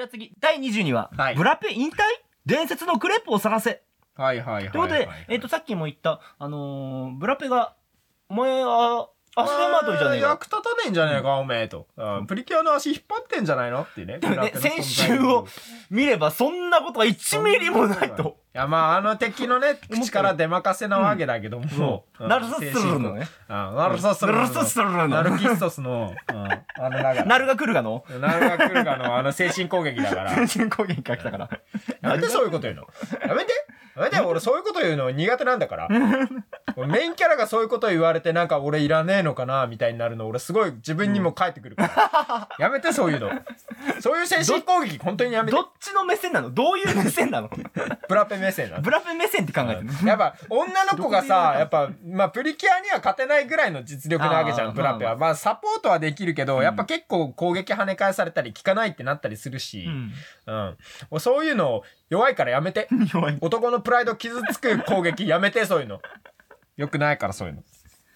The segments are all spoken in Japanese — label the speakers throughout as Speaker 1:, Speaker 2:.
Speaker 1: ゃあ次、第22話。
Speaker 2: はい
Speaker 1: ブラペ引退伝説のクレープを探せ。
Speaker 2: はいはいはい。
Speaker 1: ということで、えっと、さっきも言った、あのーブラペが、お前は、足手まといじゃねえか。
Speaker 2: 役立たねえんじゃねえか、おめえと。うんプリキュアの足引っ張ってんじゃないのっていうね。
Speaker 1: でもね
Speaker 2: ブラペの存在
Speaker 1: 先週を見れば、そんなことは1ミリもないと。。
Speaker 2: いや、まあ、あの敵のね、口から出まかせなわけだけども
Speaker 1: そ。う。ナルソスするの
Speaker 2: ね。
Speaker 1: ね。
Speaker 2: うんナルソス
Speaker 1: ナルソスするの。
Speaker 2: ナ
Speaker 1: ナ
Speaker 2: ルキストスの、うんあの、 なんか
Speaker 1: ルが来るがの。
Speaker 2: ナルが来るかの、あの、精神攻撃だから。
Speaker 1: 全然攻撃が来た から。
Speaker 2: なんでそういうこと言うのやめてやめて俺そういうこと言うの苦手なんだから。俺メインキャラがそういうこと言われてなんか俺いらねえのかなみたいになるの俺すごい自分にも返ってくるから。やめてそういうの。そういう精神攻撃本当にやめて
Speaker 1: ど。っちの目線なのどういう目線なの
Speaker 2: ブラペ目線なの
Speaker 1: ブラペ目線って考えてる。
Speaker 2: やっぱ女の子がさや
Speaker 1: ど
Speaker 2: っぱまあプリキュアには勝てないぐらいの実力なわけじゃ
Speaker 1: あー
Speaker 2: んブラペはまあサポートはできるけど、やっぱ結構攻撃跳ね返されたり効かないってなったりするし、
Speaker 1: うん。
Speaker 2: うん俺そういうの弱いからやめて
Speaker 1: 弱い。
Speaker 2: 男のプライド傷つく攻撃やめてそういうのよくないからそういうの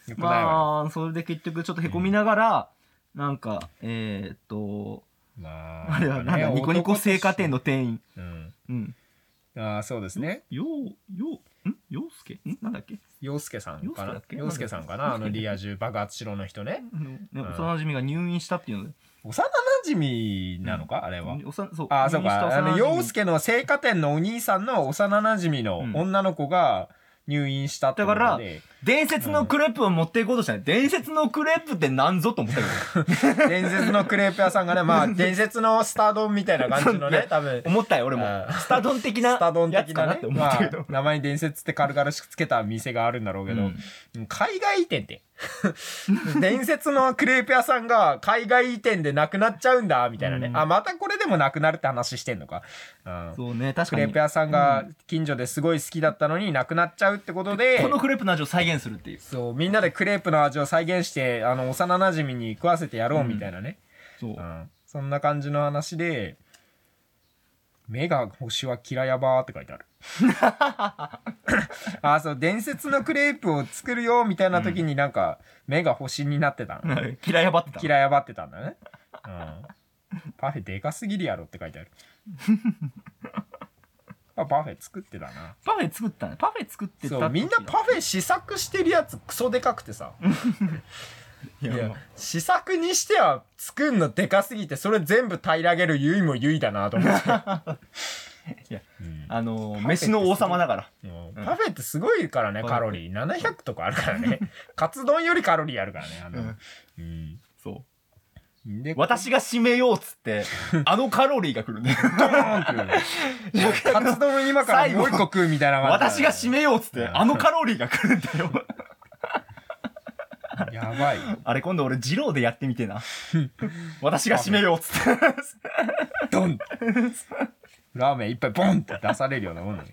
Speaker 2: よくないわ、
Speaker 1: まあ、それで結局ちょっとへこみながら、なんか、えー、っと、
Speaker 2: ま
Speaker 1: あれはなんだ、ニコニコ青果店、の店員。
Speaker 2: うん、
Speaker 1: うん。
Speaker 2: ああそうですね
Speaker 1: よう、よう、んようすけんなんだっけ
Speaker 2: 陽介さんか
Speaker 1: 陽
Speaker 2: な
Speaker 1: 介だっけ
Speaker 2: 陽介さんかなあのリア充爆発しろの人ね
Speaker 1: あの、ね幼馴染が入院したっていうので。
Speaker 2: 幼馴染なのか、あれは
Speaker 1: おさそう
Speaker 2: ああそうかあの陽
Speaker 1: け
Speaker 2: 介の青果店のお兄さんの幼馴染の
Speaker 1: うん
Speaker 2: 女の子が入院したってこと
Speaker 1: だか
Speaker 2: で、
Speaker 1: 伝説のクレープを持っていこうとしたね。伝説のクレープってなんぞと思ったけ
Speaker 2: 伝説のクレープ屋さんがねまあ伝説のスター丼みたいな感 じの
Speaker 1: い
Speaker 2: ね
Speaker 1: や
Speaker 2: 多分
Speaker 1: ど。思ったよ、俺も
Speaker 2: あ。ー
Speaker 1: スタドン的な
Speaker 2: スタ丼
Speaker 1: や
Speaker 2: 的
Speaker 1: つかな
Speaker 2: な
Speaker 1: っ
Speaker 2: ね
Speaker 1: て、思っ
Speaker 2: ま
Speaker 1: たけ
Speaker 2: あ
Speaker 1: ど。、
Speaker 2: 名前に伝説って軽々しくつけた店があるんだろうけど、うん海外移転って。 伝説のクレープ屋さんが海外移転でなくなっちゃうんだ、みたいなね。
Speaker 1: うん
Speaker 2: あ、またこれでもなくなるって話してんのか。うん
Speaker 1: そうね、確
Speaker 2: ク
Speaker 1: か
Speaker 2: レ
Speaker 1: に。
Speaker 2: ープ屋さんが近所ですごい好きだったのになくなっちゃうってことで、
Speaker 1: このクレープの味を再現するっていう。
Speaker 2: そう、みんなでクレープの味を再現して、あの、幼馴染に食わせてやろうみたいなね。
Speaker 1: そう
Speaker 2: う。んそんな感じの話で、目が星はキラヤバーって書 いてある。あーそう伝説のクレープを作るよみたいな時になんか目が星になってたの、
Speaker 1: 嫌いやばってた
Speaker 2: キ。ラヤバってたんだね、うん、パフェでかすぎるやろって書い てあるあパフェ作ってたな
Speaker 1: パフェ作ったね。パフェ作ってた
Speaker 2: そうみんなパフェ
Speaker 1: し
Speaker 2: 試作してるやつクソでかくてさ
Speaker 1: い
Speaker 2: い
Speaker 1: や
Speaker 2: や試作にしては作んのでかすぎてそれ全部平らげるゆいもゆいだなと思 って
Speaker 1: いや
Speaker 2: うん
Speaker 1: あのー、
Speaker 2: パフェって
Speaker 1: 飯の王様だから。
Speaker 2: もう
Speaker 1: うん
Speaker 2: パフェってすごいからね、
Speaker 1: うん
Speaker 2: カロリー700とかあるからねカツ丼よりカロリーあるからねあの、うん
Speaker 1: そう。
Speaker 2: で
Speaker 1: 私が締めようっつ って、あのカロリーが来るね。
Speaker 2: ドーンって言うのカツ丼今からもう一個食うみたいな感
Speaker 1: 私
Speaker 2: じ
Speaker 1: が締めようっつって、
Speaker 2: うん
Speaker 1: あのカロリーが来るんだよ。
Speaker 2: やばい
Speaker 1: あれ今度俺、二郎でやってみてえ な。私が締めようっつって。
Speaker 2: ドンラーメン一杯ボンって出されるようなもんだね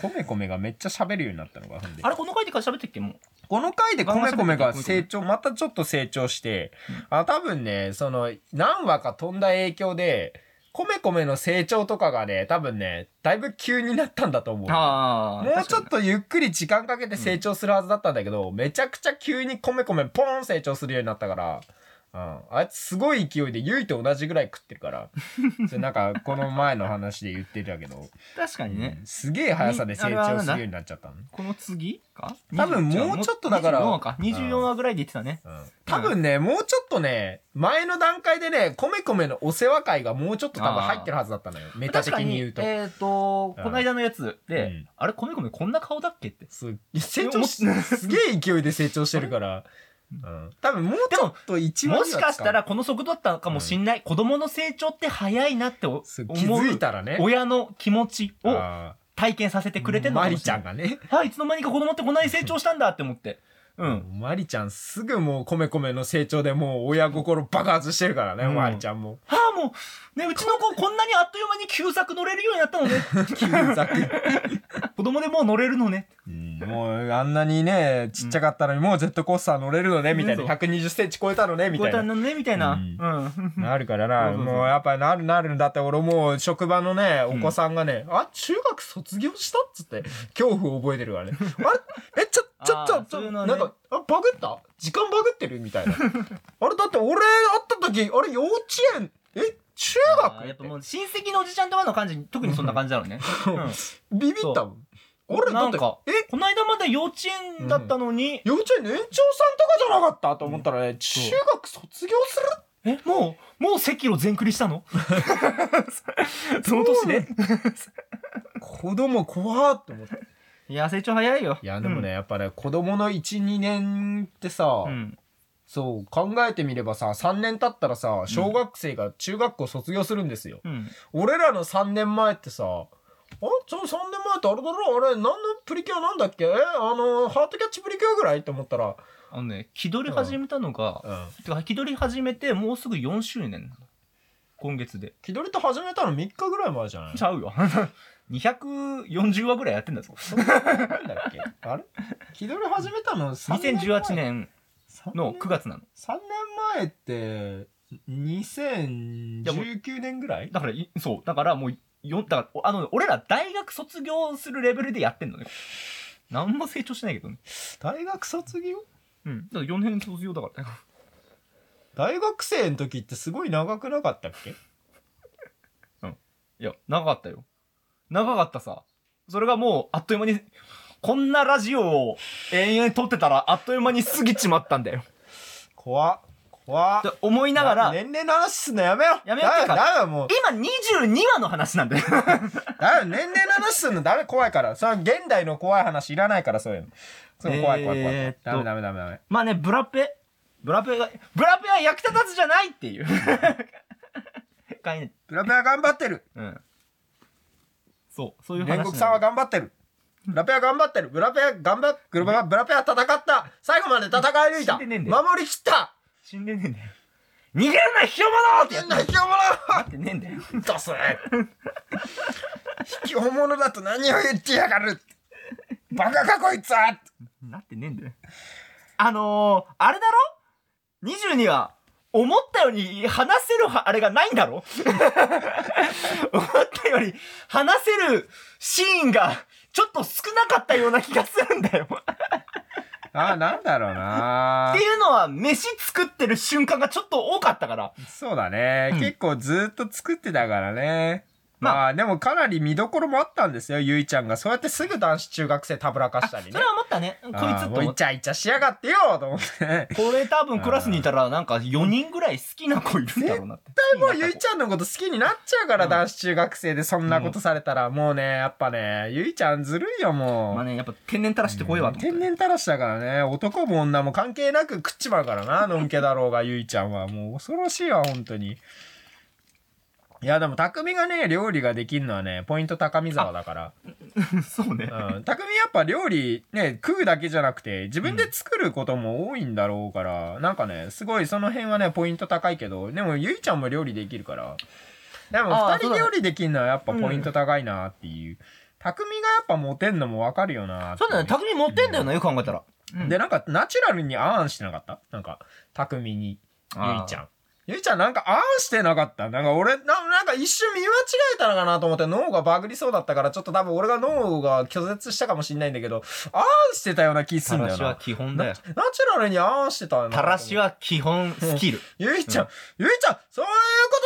Speaker 2: コメコメがめっちゃ喋るようになったのかほんで
Speaker 1: あれ、この回でから喋ってっけもう。
Speaker 2: この回でコメコメが成長、またちょっと成長して、あ、多分ね、その、何話か飛んだ影響で、コメコメの成長とかがね、多分ね、だいぶ急になったんだと思う。も
Speaker 1: ああ。
Speaker 2: うちょっ
Speaker 1: と。
Speaker 2: とゆっくり時間かけて成長するはずだったんだけど、めちゃくちゃ急にコメコメポーン成長するようになったから、うん、あいつすごい勢いでユイと同じぐらい食ってる から、それなんかこの前の話で言ってたけど、
Speaker 1: 確かにね。
Speaker 2: うんすげえ速さで成長するようになっちゃったの。
Speaker 1: この次か
Speaker 2: 多分もうちょっとだから
Speaker 1: 24話か。24話ぐらいで言ってたね。
Speaker 2: 多分ね、もうちょっとね、前の段階でね、コメコメのお世話会がもうちょっと多分入ってるはずだったのよ。メタ
Speaker 1: 確
Speaker 2: 的
Speaker 1: か
Speaker 2: に
Speaker 1: に、え
Speaker 2: 言
Speaker 1: っ
Speaker 2: う
Speaker 1: と、
Speaker 2: と。、
Speaker 1: こ
Speaker 2: うん
Speaker 1: の間のやつで、
Speaker 2: うん
Speaker 1: あれ、コメコメこんな顔だっけって。
Speaker 2: す成長し、
Speaker 1: 思っ
Speaker 2: すげえ勢いで成長してるから。うん、多分もうちょっと一話
Speaker 1: も
Speaker 2: にはつ
Speaker 1: しかしたらこの速度だったのかもしんない。子供の成長って早いなってお
Speaker 2: そう気
Speaker 1: 思
Speaker 2: づいうたらね。
Speaker 1: 親の気持ちを
Speaker 2: あ
Speaker 1: 体験させて
Speaker 2: ー
Speaker 1: くれてるの
Speaker 2: マ
Speaker 1: かも
Speaker 2: リ
Speaker 1: し
Speaker 2: ちゃ
Speaker 1: れ
Speaker 2: ん
Speaker 1: ない。
Speaker 2: がね。
Speaker 1: あ、いつの間にか子供ってこんなに成長したんだって思 って。うん。
Speaker 2: マリちゃんすぐもうコメコメの成長でもう親心爆発してるからね、
Speaker 1: うん
Speaker 2: マリちゃんも。
Speaker 1: ああ、もう、ね、うちの子こんなにあっという間に旧作乗れるようになった のね。
Speaker 2: ざっくり
Speaker 1: 子供でもう乗れるのね。
Speaker 2: うんもうあんなにね、ちっちゃかったのにもうジェットコースター乗れるのね、みたいな。
Speaker 1: うん
Speaker 2: 120センチ超えたのね、み
Speaker 1: ご
Speaker 2: たい
Speaker 1: た
Speaker 2: な。
Speaker 1: んのね、みたいな。
Speaker 2: う
Speaker 1: うんん。
Speaker 2: なるからな、
Speaker 1: そうそうそう
Speaker 2: もうやっぱりなるなるんだって、俺もう職場のね、お子さんがね、あ、中学卒業したっつって、恐怖を覚えて るからね。あれえ、ちょ、ちょ、
Speaker 1: あー
Speaker 2: ちょ、ち
Speaker 1: そ
Speaker 2: ょ、
Speaker 1: ういう
Speaker 2: な
Speaker 1: の
Speaker 2: ん
Speaker 1: ね
Speaker 2: か、あ、バグった 時間バグってるみたいな。あれだって俺会った時、あれ幼稚園、え、中
Speaker 1: あ
Speaker 2: 学
Speaker 1: ーや
Speaker 2: っ
Speaker 1: ってぱもう親戚のおじちゃんとかの感じ特にそんな感じだろう ね、うん
Speaker 2: ビビったもん俺だ
Speaker 1: な
Speaker 2: っ
Speaker 1: ん
Speaker 2: て
Speaker 1: か
Speaker 2: え
Speaker 1: この間まで幼稚園だったのに、
Speaker 2: 幼稚園の園長さんとかじゃなかったと思ったらね中学卒業する
Speaker 1: えもうもう席を全クリした のその年で
Speaker 2: 子供怖って思って
Speaker 1: いや成長早いよ
Speaker 2: いやでもね、やっぱね子供の12年ってさ、
Speaker 1: うん、うん
Speaker 2: そう考えてみればさ3年経ったらさ小学生が中学校卒業するんですよ、
Speaker 1: うん
Speaker 2: 俺らの3年前ってさあちょ3年前ってあれだろあれ何のプリキュアなんだっけえあのハートキャッチプリキュアぐらいって思ったら、
Speaker 1: あのね気取り始めたのが、
Speaker 2: うん、
Speaker 1: てか気取り始めてもうすぐ4周年なの今月で
Speaker 2: 気取りと始めたの3日ぐらい前じゃない
Speaker 1: ちゃうよ 240話ぐらいやってんだぞ
Speaker 2: なんだっけ あれ気取り始めたの3年前
Speaker 1: 2018年の9月なの
Speaker 2: 3年前って2019年ぐらい
Speaker 1: だからいそうだからもうよだからあの俺ら大学卒業するレベルでやってんのね何も成長しないけどね
Speaker 2: 大学卒業
Speaker 1: うんだから4年卒業だからね
Speaker 2: 大学生の時ってすごい長くなかったっけ
Speaker 1: いや長かったよ長かったさそれがもうあっという間にこんなラジオを延々撮ってたらあっという間に過ぎちまったんだよ
Speaker 2: 怖っ怖っ
Speaker 1: って思いながら
Speaker 2: 年齢の話すんのやめよ
Speaker 1: やめよ
Speaker 2: だ
Speaker 1: っていうか
Speaker 2: だめもう
Speaker 1: 今22話の話なんだよ
Speaker 2: だめ年齢の話すんのダメ怖いからそれは現代の怖い話いらないからそういうのそう怖い怖い怖い、
Speaker 1: えーっと
Speaker 2: ダメダメダメダメ
Speaker 1: まあねブラペブラペがブラペは役立たずじゃないって いう概念
Speaker 2: ブラペは頑張ってる
Speaker 1: うんそうそういう話な
Speaker 2: 煉
Speaker 1: んだ
Speaker 2: 獄さんは頑張ってるブラペは頑張ってるブラペは頑張っブラペはブラペは戦った最後まで戦い抜いた
Speaker 1: 死んでねえんだよ
Speaker 2: 守り切った
Speaker 1: 死んでねえんだよ逃げるな卑怯者ってやっ
Speaker 2: みん
Speaker 1: て
Speaker 2: な
Speaker 1: な
Speaker 2: 卑怯者
Speaker 1: ってねえんだよ
Speaker 2: どうする卑怯者だと何を言ってやがるバカかこいつは
Speaker 1: なってねえんだよあのー、あれだろ22は思ったより話せるはあれがないんだろ 思ったより話せるシーンがちょっと少なかったような気がするんだよ
Speaker 2: あなんだろうな
Speaker 1: っていうのは飯作ってる瞬間がちょっと多かったから
Speaker 2: そうだね、
Speaker 1: うん
Speaker 2: 結構ずっと作ってたからね
Speaker 1: ま
Speaker 2: ま
Speaker 1: あ
Speaker 2: あ、でもかなり見どころもあったんですよゆいちゃんがそうやってすぐ男子中学生たぶらか
Speaker 1: あ
Speaker 2: し
Speaker 1: そ
Speaker 2: たりね
Speaker 1: れは思ったねこいつ
Speaker 2: あー
Speaker 1: っ
Speaker 2: も
Speaker 1: て思
Speaker 2: うイ
Speaker 1: っ
Speaker 2: チャイチャしやがってよと思って ね
Speaker 1: たこれ多分クラスにいたらなんか4人ぐらい好きな子いるんだろうなって
Speaker 2: 絶対もうゆいちゃんのこと好きになっちゃうから、
Speaker 1: うん
Speaker 2: 男子中学生でそんなことされたら、もうねやっぱねゆいちゃんずるいよもう、
Speaker 1: まあねやっぱ天然たらしてこいわと思って
Speaker 2: 天然たらしだからね男も女も関係なく食っちまうから なのんけだろうがゆいちゃんはもう恐ろしいわ本当にいやでも匠がね料理ができるのはねポイント高見沢だから、
Speaker 1: そうね
Speaker 2: うん、匠やっぱ料理ね食うだけじゃなくて自分で作ることも多いんだろうから、なんかねすごいその辺はねポイント高いけどでもゆいちゃんも料理できるからでも
Speaker 1: あー
Speaker 2: 2
Speaker 1: そう
Speaker 2: 人
Speaker 1: だね
Speaker 2: 料理できるのはやっぱポイント高いなっていう、匠がやっぱモテんのもわかるよなって
Speaker 1: そうだね匠持ってんだよなよく考えたらうん
Speaker 2: でなんかナチュラルにあーんしてなかったなんか匠にゆいちゃんゆいちゃんなんかあーんしてなかったなんか俺ななんか一瞬見間違えたのかなと思って脳がバグりそうだったからちょっと多分俺が脳が拒絶したかもしんないんだけどあーんしてたような気す
Speaker 1: た
Speaker 2: んだ
Speaker 1: ら
Speaker 2: よ
Speaker 1: しは
Speaker 2: な
Speaker 1: 基本だよ
Speaker 2: ナチュラルにあーんしてたよな
Speaker 1: たらしは基本スキル
Speaker 2: ゆいちゃん、
Speaker 1: う
Speaker 2: ゆいちゃんそういうこ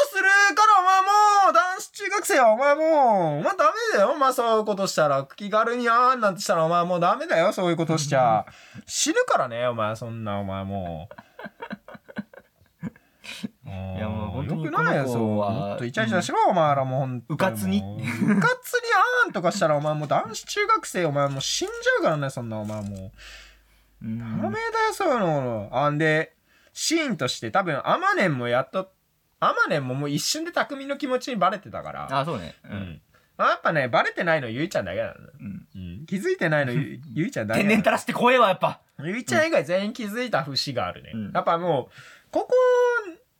Speaker 2: とするからお前もう男子中学生はお前もうお前ダメだよお前そういうことしたら気軽にあーんなんてしたらお前もうダメだよそういうことしちゃ死ぬからねお前そんなお前もうい
Speaker 1: やもう本当に
Speaker 2: よくないよ
Speaker 1: この
Speaker 2: そ
Speaker 1: 子
Speaker 2: う
Speaker 1: は
Speaker 2: もっとイチャイチャしろ、お前らもう本当
Speaker 1: うかつに
Speaker 2: もううかつにあーんとかしたらお前もう男子中学生お前もう死んじゃうからねそんなお前もう
Speaker 1: うん
Speaker 2: ダメだよ、そういうの。あんで、シーンとして多分、アマネンもやっと、アマネンももう一瞬で匠の気持ちにバレてたから。
Speaker 1: あそうねう
Speaker 2: うんん。やっぱね、バレてないのゆいちゃんだけなんだ。
Speaker 1: うん
Speaker 2: 気づいてないのゆゆいちゃんだけ
Speaker 1: 天
Speaker 2: な
Speaker 1: 然
Speaker 2: ん
Speaker 1: た
Speaker 2: だ。
Speaker 1: らしてこいわやっぱ
Speaker 2: ゆいちゃん以外全員気づいた節があるね。
Speaker 1: うん
Speaker 2: やっぱもう、こ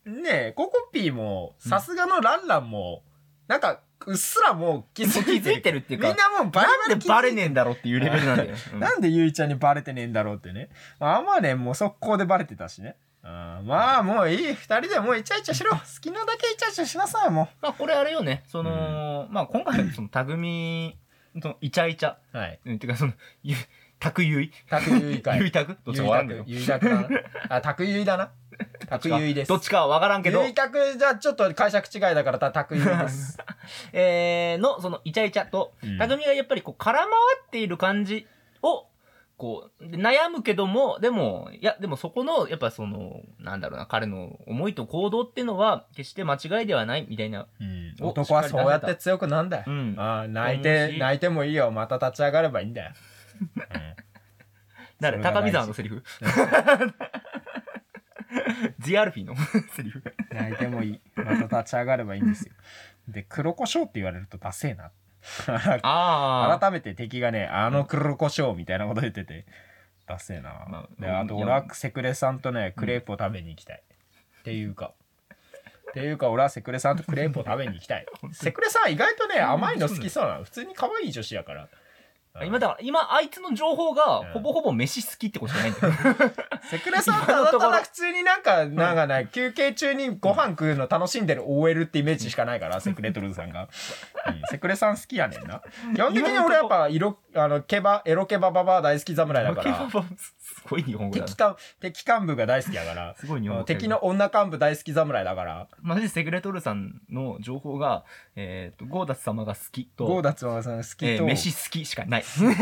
Speaker 2: こ、ねココピーも、さすがのランランも、なんか、うっすらもう気づいてる。
Speaker 1: 気づいてるっていうか
Speaker 2: みんなもうバレ
Speaker 1: なんでバレねえんだろうっていうレベルなんだようん
Speaker 2: なんでゆいちゃんにバレてねえんだろうってね。まあアマネンも速攻でバレてたしね。あまあもういい。二人でもうイチャイチャ しろ。好きなだけイチャイチャしなさい、も
Speaker 1: まあこれあれよね、その、まあ今回はその、たぐみ、その、イチャイチャ、
Speaker 2: う。はい。
Speaker 1: うん、てかその、ゆ、卓ゆい
Speaker 2: 卓有以外。
Speaker 1: ゆいた くどっちかわからんけど。
Speaker 2: ゆいたくだな。あ、卓有だ な。卓有です。
Speaker 1: どっちかはわからんけど
Speaker 2: ゆ、いたくじゃちょっと解釈違いだからた卓有です。
Speaker 1: えー、の、その、イチャイチャと、
Speaker 2: うん
Speaker 1: 匠がやっぱり こう、空回っている感じを、こう、で悩むけども、でも、いや、でもそこの、やっぱその、なんだろうな、彼の思いと行動っていうのは、決して間違いではない、みたいな。お
Speaker 2: 男はそうやって強くなんだよ。
Speaker 1: うん
Speaker 2: ああ泣い
Speaker 1: 思う
Speaker 2: て
Speaker 1: し
Speaker 2: 泣いてもいいよまた立ち上がればいい んだよ。
Speaker 1: 誰
Speaker 2: それが大
Speaker 1: 高
Speaker 2: 事
Speaker 1: 見沢のセリフジアルフィのセリフ。
Speaker 2: 泣いてもいいまた立ち上がればいいんですよ。で黒胡椒って言われるとダセえな。
Speaker 1: ああ。
Speaker 2: 改めて敵がねあの黒胡椒みたいなこと言っててダセえな。
Speaker 1: まあ
Speaker 2: で
Speaker 1: うん
Speaker 2: あと俺はセクレさんとねクレープを食べに行きたい、っていうか。っていうか俺はセクレさんとクレープを食べに行き たいセクレさん意外とね甘いの好きそうなの普通に可愛い女子やから
Speaker 1: 今だから、今、あいつの情報が
Speaker 2: うん、
Speaker 1: ほぼほぼ飯好きってことじゃないんだよ。
Speaker 2: セクレさんってあなたは普通になんか、なんかね、休憩中にご飯食うの楽しんでる OL ってイメージしかないから、セクレトルさ んが。うんセクレさん好きやねんな。基本的に俺やっぱ、色、あの、ケバ、エロケバババア大好き侍だか
Speaker 1: ケ バ
Speaker 2: ら、
Speaker 1: バすごい日本語だな
Speaker 2: 敵。幹、敵幹部が大好きやから、
Speaker 1: すごい日本語。
Speaker 2: 敵の女幹部大好き侍だから、
Speaker 1: マジでセグレトルさんの情報が、えー、とゴーダス様が好きと
Speaker 2: ゴーダツワさん好
Speaker 1: え
Speaker 2: き
Speaker 1: ー
Speaker 2: と、
Speaker 1: 飯好きしか ない。
Speaker 2: 戦うシ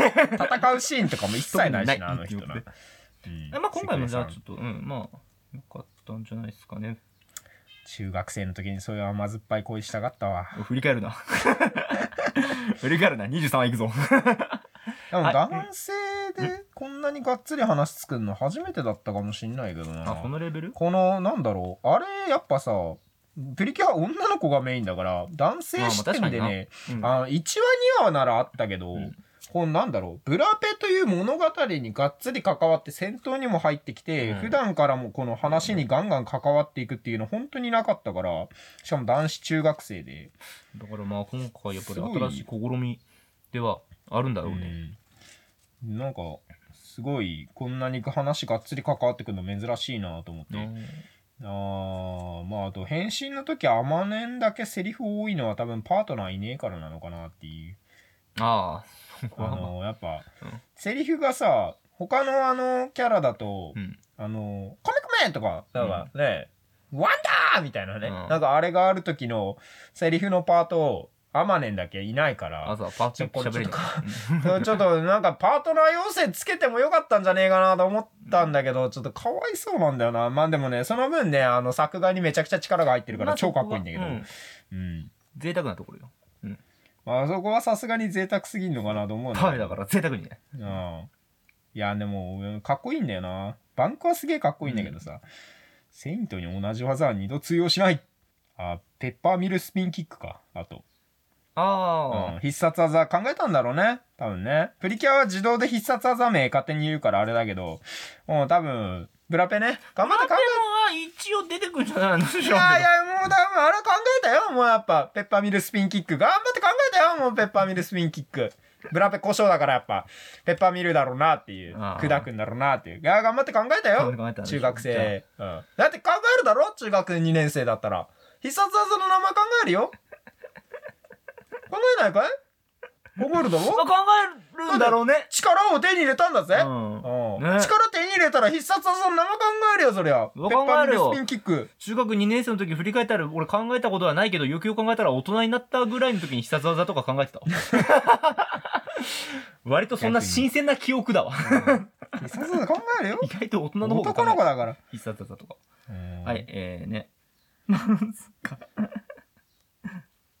Speaker 2: ーンとかも一切ないしな、あの人
Speaker 1: 特にな
Speaker 2: な
Speaker 1: い。
Speaker 2: うん
Speaker 1: まあ、今回もじゃあ
Speaker 2: セクレ
Speaker 1: ち
Speaker 2: さ
Speaker 1: ょっと、うん、まあ、よかったんじゃないですか ね。
Speaker 2: ん中学生の時にそういう甘酸っぱい恋したかったわ。
Speaker 1: 振り返るな。 振り返るな、23はいくぞ。
Speaker 2: でも
Speaker 1: はい
Speaker 2: 男性でこんなにがっつり話作るの初めてだったかもしんないけど
Speaker 1: あ、こ
Speaker 2: な。
Speaker 1: のレベル
Speaker 2: この、なんだろう。あれ、やっぱさ、プリキュア女の子がメインだから、男性視点で
Speaker 1: まあまあ
Speaker 2: ね、
Speaker 1: うん
Speaker 2: あの1話2話ならあったけど、
Speaker 1: ん
Speaker 2: このなんだろう、ブラペという物語にがっつり関わって戦闘にも入ってきて、
Speaker 1: うん
Speaker 2: 普段からもこの話にガンガン関わっていくっていうの本当になかったから、しかも男子中学生で。
Speaker 1: だからまあ、今回やっぱり
Speaker 2: すごい
Speaker 1: 新しい試みではあるんだろうね。
Speaker 2: うんなんかすごいこんなに話がっつり関わってくるの珍しいなと思って、
Speaker 1: うん
Speaker 2: あーまああと返信の時あまねんだけセリフ多いのは多分パートナーいねえからなのかなっていう
Speaker 1: ああ、そこ
Speaker 2: あ
Speaker 1: はまあ
Speaker 2: のやっぱ、
Speaker 1: うん
Speaker 2: セリフがさ他のあのキャラだと、
Speaker 1: うん
Speaker 2: あの「コメコメ!」とかなんかね「ワンダー!」みたいなね、
Speaker 1: うん
Speaker 2: なんかあれがある時のセリフのパートをあまねんだけいないから
Speaker 1: 朝パーチンコ喋れない。
Speaker 2: ちょっとなんかパートナー要請つけてもよかったんじゃねえかなと思ったんだけど、ちょっとかわいそうなんだよな。まあでもね、その分ね、あの作画にめちゃくちゃ力が入ってるから超かっこいいんだけど。
Speaker 1: まあそこはう
Speaker 2: うん。
Speaker 1: 贅沢なところよ。
Speaker 2: まあそこはさすがに贅沢すぎんのかなと思う
Speaker 1: パフェだから贅沢にね。
Speaker 2: ら。うん。いや、でも、うんかっこいいんだよな。バンクはすげえかっこいいんだけどさ、セイントに同じ技は二度通用しない。あ、ペッパーミルスピンキックか。あと。
Speaker 1: ああ、
Speaker 2: うん、必殺技考えたんだろうね多分ねプリキュアは自動で必殺技名勝手に言うからあれだけどもう多分ブラペね頑張って
Speaker 1: でも
Speaker 2: 考
Speaker 1: は一応出てくるんじゃないの
Speaker 2: えいやいやもう多分あれ考えたよもうやっぱペッパーミルスピンキック頑張って考えたよもうペッパーミルスピンキックブラペ故障だからやっぱペッパーミルだろうなっていう
Speaker 1: ああ
Speaker 2: 砕くんだろうなっていういや頑張って考えたよ
Speaker 1: 考えたんでしょ
Speaker 2: 中学生、うん、だって考えるだろ中学2年生だったら必殺技の名前考えるよ考えないかい考えるだろ
Speaker 1: ま あ、考えるんだろうね。
Speaker 2: 力を手に入れたんだぜ、
Speaker 1: うん
Speaker 2: うん
Speaker 1: ね
Speaker 2: 力手に入れたら必殺技の名前考えるよそりゃペ
Speaker 1: 考
Speaker 2: ッパー
Speaker 1: え
Speaker 2: ミ
Speaker 1: る
Speaker 2: ル
Speaker 1: よ
Speaker 2: スピンキック
Speaker 1: 中学2年生の時振り返ったら俺考えたことはないけど、よくよく考えたら大人になったぐらいの時に必殺技とか考えてたわ。 割とそんな新鮮な記憶 だわ。
Speaker 2: 必殺技考えるよ
Speaker 1: 意外と大人の方が考え
Speaker 2: 男の
Speaker 1: て
Speaker 2: 子
Speaker 1: た
Speaker 2: だから、
Speaker 1: 必殺技とか。
Speaker 2: うん
Speaker 1: はい、えーね。なんすか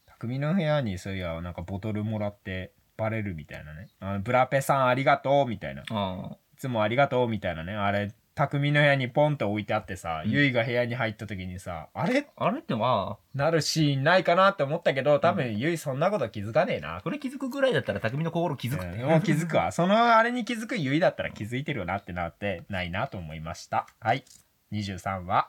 Speaker 2: 匠の部屋にそういやなんかボトルもらってバレるみたいなねあのブラペさんありがとうみたいな
Speaker 1: ああ。
Speaker 2: いつもありがとうみたいなねあれ匠の部屋にポンと置いてあってさ、
Speaker 1: うん
Speaker 2: ゆいが部屋に入った時にさあれ
Speaker 1: あれってま
Speaker 2: なるシーンないかなって思ったけど多分ゆいそんなこと気づかねえな
Speaker 1: あ、、それ気づくぐらいだったら匠の心気づくって。
Speaker 2: うんもう気づくわそのあれに気づくゆいだったら気づいてるよなってなってないなと思いましたはい23話